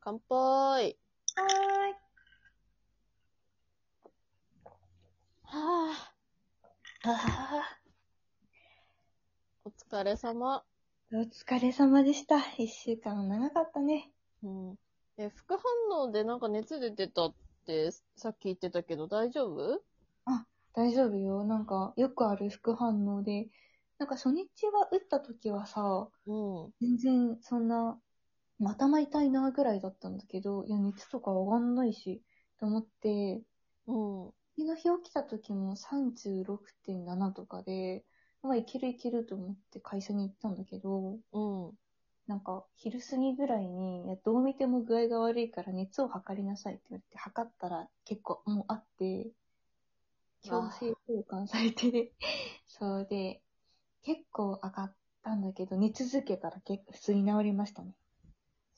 乾杯。はーい。はあ、あお疲れ様。ーお疲れ様でした。一週間長かったね。うん。え、副反応でなんか熱出てたってさっき言ってたけど大丈夫大丈夫よ。なんか、よくある副反応で。なんか初日は打った時はさ、うん。全然そんな、またま痛いなぐらいだったんだけど、いや、熱とか上がんないし、と思って、うん。次の日起きた時も36.7とかで、まあいけるいけると思って会社に行ったんだけど、うん。なんか、昼過ぎぐらいに、いや、どう見ても具合が悪いから熱を測りなさいって言われて、測ったら結構もうあって、強制交換されて、 そうで、結構上がったんだけど、寝続けたら結構普通に治りましたね。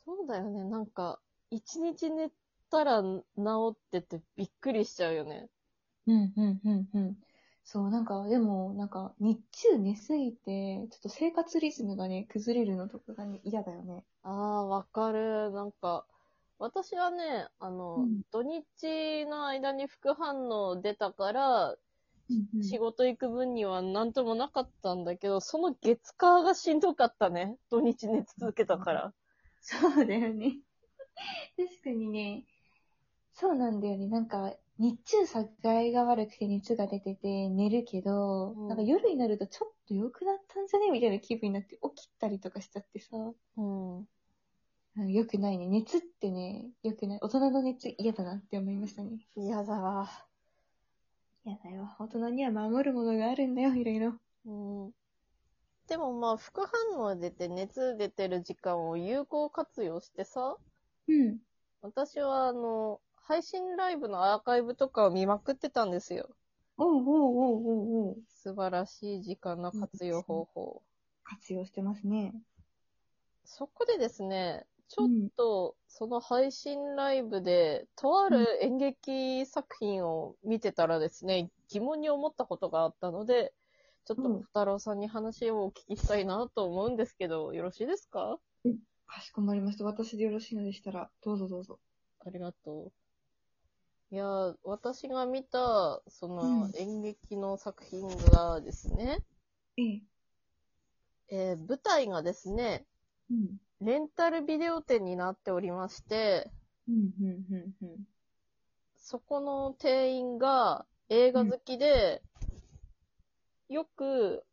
そうだよね。なんか、一日寝たら治っててびっくりしちゃうよね。うん、うん、うん、うん。そう、なんか、でも、なんか、日中寝すぎて、ちょっと生活リズムがね、崩れるのとかがね、嫌だよね。ああ、わかる。なんか、私はね、あの、うん土日の間に副反応出たから、仕事行く分には何ともなかったんだけど、その月火がしんどかったね。土日寝続けたから。そうだよね。確かにね。そうなんだよね。なんか、日中さ、具合が悪くて熱が出てて寝るけど、うんなんか夜になるとちょっと良くなったんじゃねみたいな気分になって起きたりとかしちゃってさ。うん。うん、良くないね。熱ってね、良くない。大人の熱嫌だなって思いましたね。嫌だわ。嫌だよ。大人には守るものがあるんだよ、いろいろ。うん。でもまあ、副反応出て熱出てる時間を有効活用してさ、うん。私はあの、配信ライブのアーカイブとかを見まくってたんですよ。おうおうおうおうおう。素晴らしい時間の活用方法。活用してますね。そこでですね、ちょっとその配信ライブで、とある演劇作品を見てたらですね、疑問に思ったことがあったので、ちょっとうん小太郎さんに話をお聞きしたいなと思うんですけど、よろしいですかかしこまりました。私でよろしいのでしたら、どうぞどうぞ。ありがとう。いやー、私が見た、そのうん演劇の作品がですね、ええ。えー舞台がですね、うん。レンタルビデオ店になっておりまして、うん、うん、うん、うん。そこの店員が映画好きで、よく、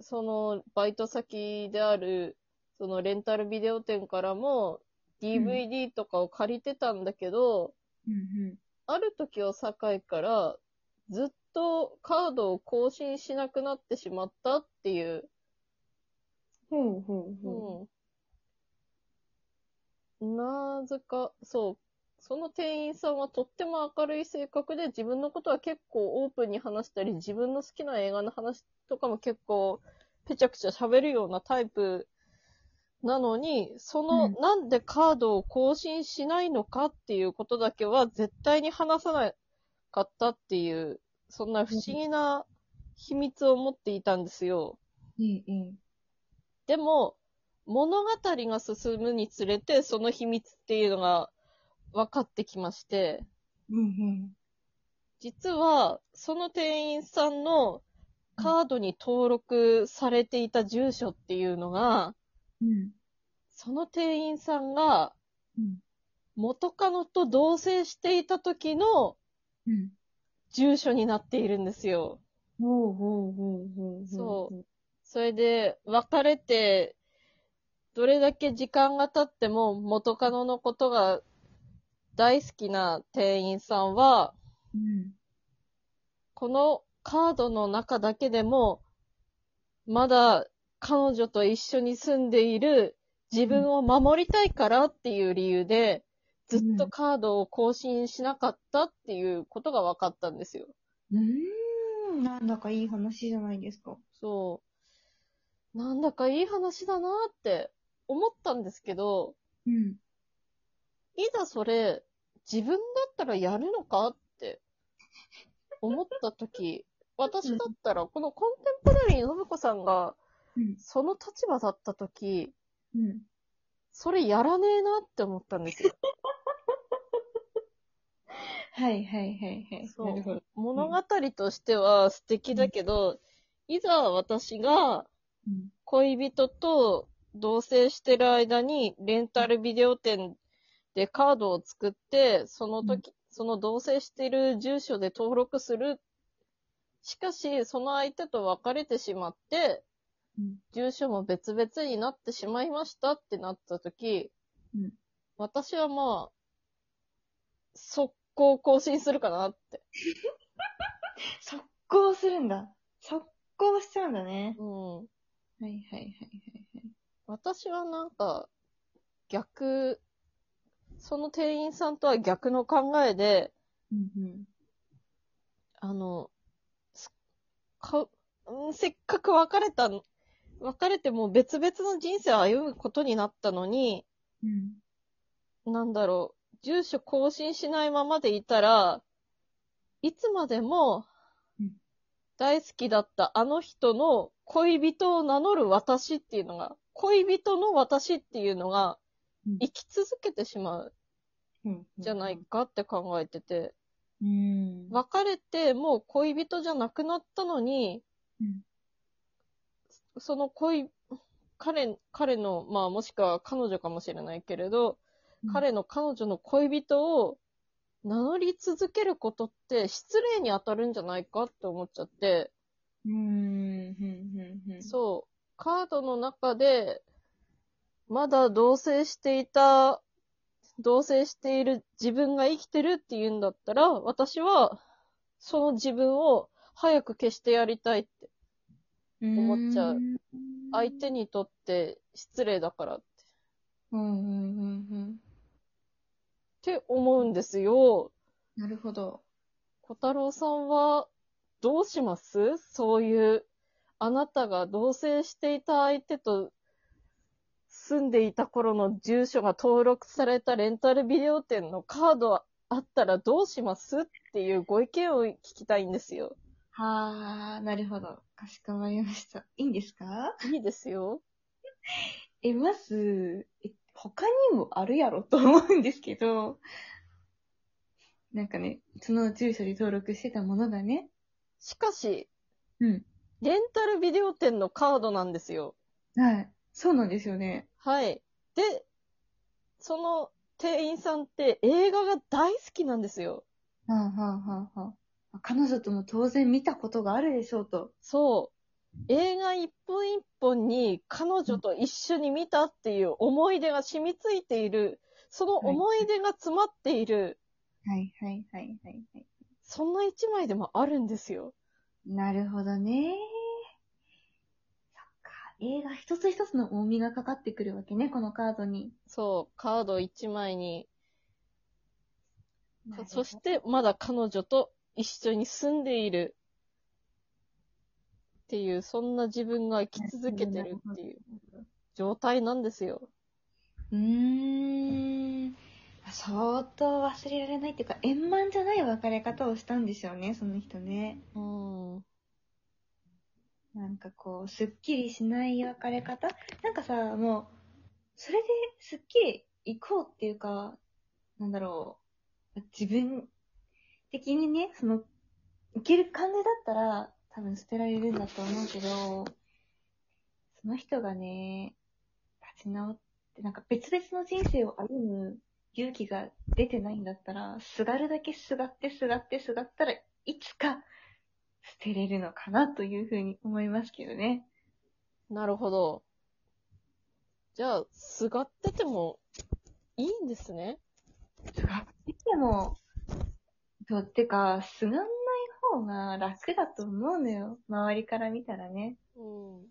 そのバイト先である、そのレンタルビデオ店からも DVD とかを借りてたんだけど、うんうん。ある時を境から、ずっとカードを更新しなくなってしまったっていう、ほうほうほう。うん。なぜか、そう。その店員さんはとっても明るい性格で自分のことは結構オープンに話したり、自分の好きな映画の話とかも結構ぺちゃくちゃ喋るようなタイプなのに、その、うんなんでカードを更新しないのかっていうことだけは絶対に話さなかったっていう、そんな不思議な秘密を持っていたんですよ。ええ、ええ。でも、物語が進むにつれて、その秘密っていうのが分かってきまして、うんうん。実は、その店員さんのカードに登録されていた住所っていうのが、うん。その店員さんがうん。元カノと同棲していた時のうん。住所になっているんですよ。ほうほうほうほう。そう。それで、別れて、どれだけ時間が経っても元カノのことが大好きな店員さんは、うん。このカードの中だけでも、まだ彼女と一緒に住んでいる自分を守りたいからっていう理由で、ずっとカードを更新しなかったっていうことが分かったんですよ。うーん。なんだかいい話じゃないですか。そう。なんだかいい話だなって思ったんですけど、うん。いざそれ、自分だったらやるのかって思ったと き、私だったら、このコンテンポラリーの信子さんが、うん。その立場だったとき、うん。それやらねえなって思ったんですよ。はいはいはいは い。そうなるほど。物語としては素敵だけど、いざ私がうん恋人と同棲してる間に、レンタルビデオ店でカードを作って、その時、その同棲してる住所で登録する。しかし、その相手と別れてしまって、うん住所も別々になってしまいましたってなった時、うん私はまあ、速攻更新するかなって。速攻するんだ。速攻しちゃうんだね。うん。はいはいはいはいはい。私はなんか、逆、その店員さんとは逆の考えで、うんうん。あの、すかうんせっかく別れたの、別れてもう別々の人生を歩むことになったのに、うん。なんだろう、住所更新しないままでいたら、いつまでもうん、大好きだったあの人の恋人を名乗る私っていうのが、恋人の私っていうのがうん、生き続けてしまううん。じゃない。かって考えてて、うん。別れてもう恋人じゃなくなったのに、うんその恋、彼、彼の、まあもしくは彼女かもしれないけれど、うん彼の彼女の恋人を名乗り続けることって失礼に当たるんじゃないかって思っちゃって、うん。うん。うん。う。そう、カードの中で、まだ同棲していた、同棲している自分が生きてるって言うんだったら、私は、その自分を早く消してやりたいって、思っちゃう。相手にとって失礼だからって、うんうんうんうん。って思うんですよ。なるほど。小太郎さんはどうしますそういう、あなたが同棲していた相手と住んでいた頃の住所が登録されたレンタルビデオ店のカードはあったらどうしますっていうご意見を聞きたいんですよ。はあ、なるほど。かしこまりました。いいんですかいいですよ。え、まず、え他にもあるやろと思うんですけど、なんかね、その住所に登録してたものがね、しかし、うん。レンタルビデオ店のカードなんですよ。はい。そうなんですよね。はい。で、その店員さんって映画が大好きなんですよ。はあはあはあはあ。彼女とも当然見たことがあるでしょうと。そう。映画一本一本に彼女と一緒に見たっていう思い出が染みついている、その思い出が詰まっている、はいはいはいはい、はい。そんな一枚でもあるんですよ。なるほどね。そっか。映画一つ一つの重みがかかってくるわけね、このカードに。そう、カード一枚に。なるほどそし、て、まだ彼女と一緒に住んでいる。っていう、そんな自分が生き続けてるっていう状態なんですよ。うーん。相当忘れられないっていうか、円満じゃない別れ方をしたんでしょうね、その人ね。うん。なんかこう、すっきりしない別れ方なんかさ、もう、それですっきり行こうっていうか、なんだろう、自分的にね、その、いける感じだったら、多分捨てられるんだと思うけど、その人がね、立ち直って、なんか別々の人生を歩む勇気が出てないんだったら、すがるだけすがってすがってすがったらいつか捨てれるのかなというふうに思いますけどね。なるほど。じゃあ、すがっててもいいんですね。すがってても、そう、てか、すがんない方が楽だと思うのよ。周りから見たらね。うん。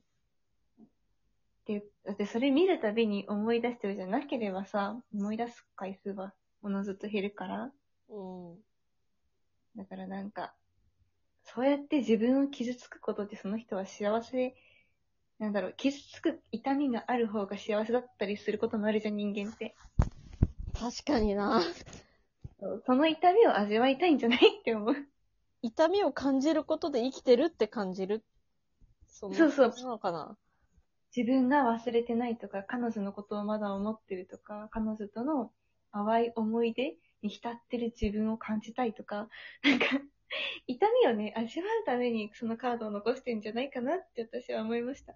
で、だってそれ見るたびに思い出してるじゃなければさ、思い出す回数はものずっと減るから。うん。だからなんか、そうやって自分を傷つくことってその人は幸せ、なんだろう、傷つく痛みがある方が幸せだったりすることもあるじゃん、人間って。確かにな。そうその痛みを味わいたいんじゃないって思う。痛みを感じることで生きてるって感じる。そんなそうそうなのかな。自分が忘れてないとか、彼女のことをまだ思ってるとか、彼女との淡い思い出に浸ってる自分を感じたいとか、なんか、痛みをね、味わうためにそのカードを残してんじゃないかなって私は思いました。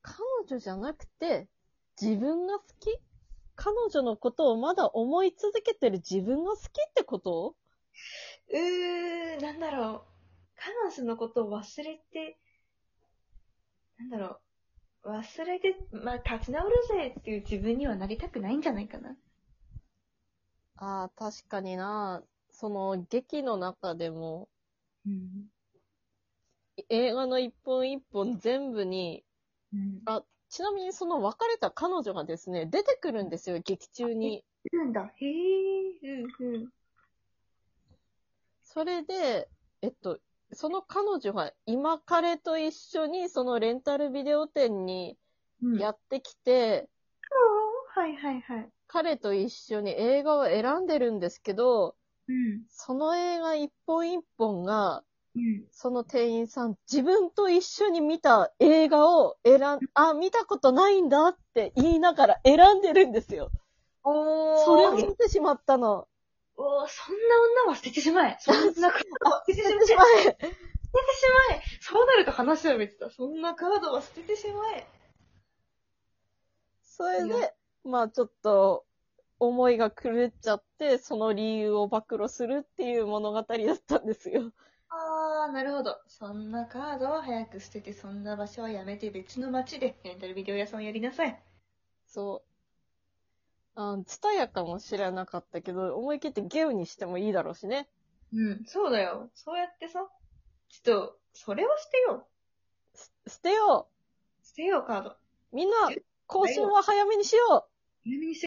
彼女じゃなくて、自分が好き彼女のことをまだ思い続けてる自分が好きってことうー、なんだろう。彼女のことを忘れて、なんだろう。忘れて、まあ、立ち直るぜっていう自分にはなりたくないんじゃないかな。ああ、確かにな。その劇の中でも、うん。映画の一本一本全部に、うん。あちなみにその別れた彼女がですね、出てくるんですよ、劇中に。いるんだ。へえ、うん、うん。それで、えっと、その彼女が今彼と一緒にそのレンタルビデオ店にうんやってきて、そうはいはいはい。彼と一緒に映画を選んでるんですけど、うん。その映画一本一本が、うん。その店員さん、自分と一緒に見た映画を選ん、あ、見たことないんだって言いながら選んでるんですよ。おー。それを見てしまったの。おー、そんな女は捨ててしまえ。そんなことは捨ててしまえ。捨ててしま前え。そうなると話は別だ。そんなカードは捨ててしまえ。それいやで、まあちょっと、思いが狂っちゃって、その理由を暴露するっていう物語だったんですよ。あー、なるほど。そんなカードは早く捨てて、そんな場所はやめて別の街でレンタルビデオ屋さんをやりなさい。そう。あツタヤかもしれなかったけど、思い切ってゲウにしてもいいだろうしね。うん、そうだよ。そうやってさ、ちょっと、それを捨てよす捨てよう。捨てよう、カード。うみんな、更新は早めにしよう早めに捨て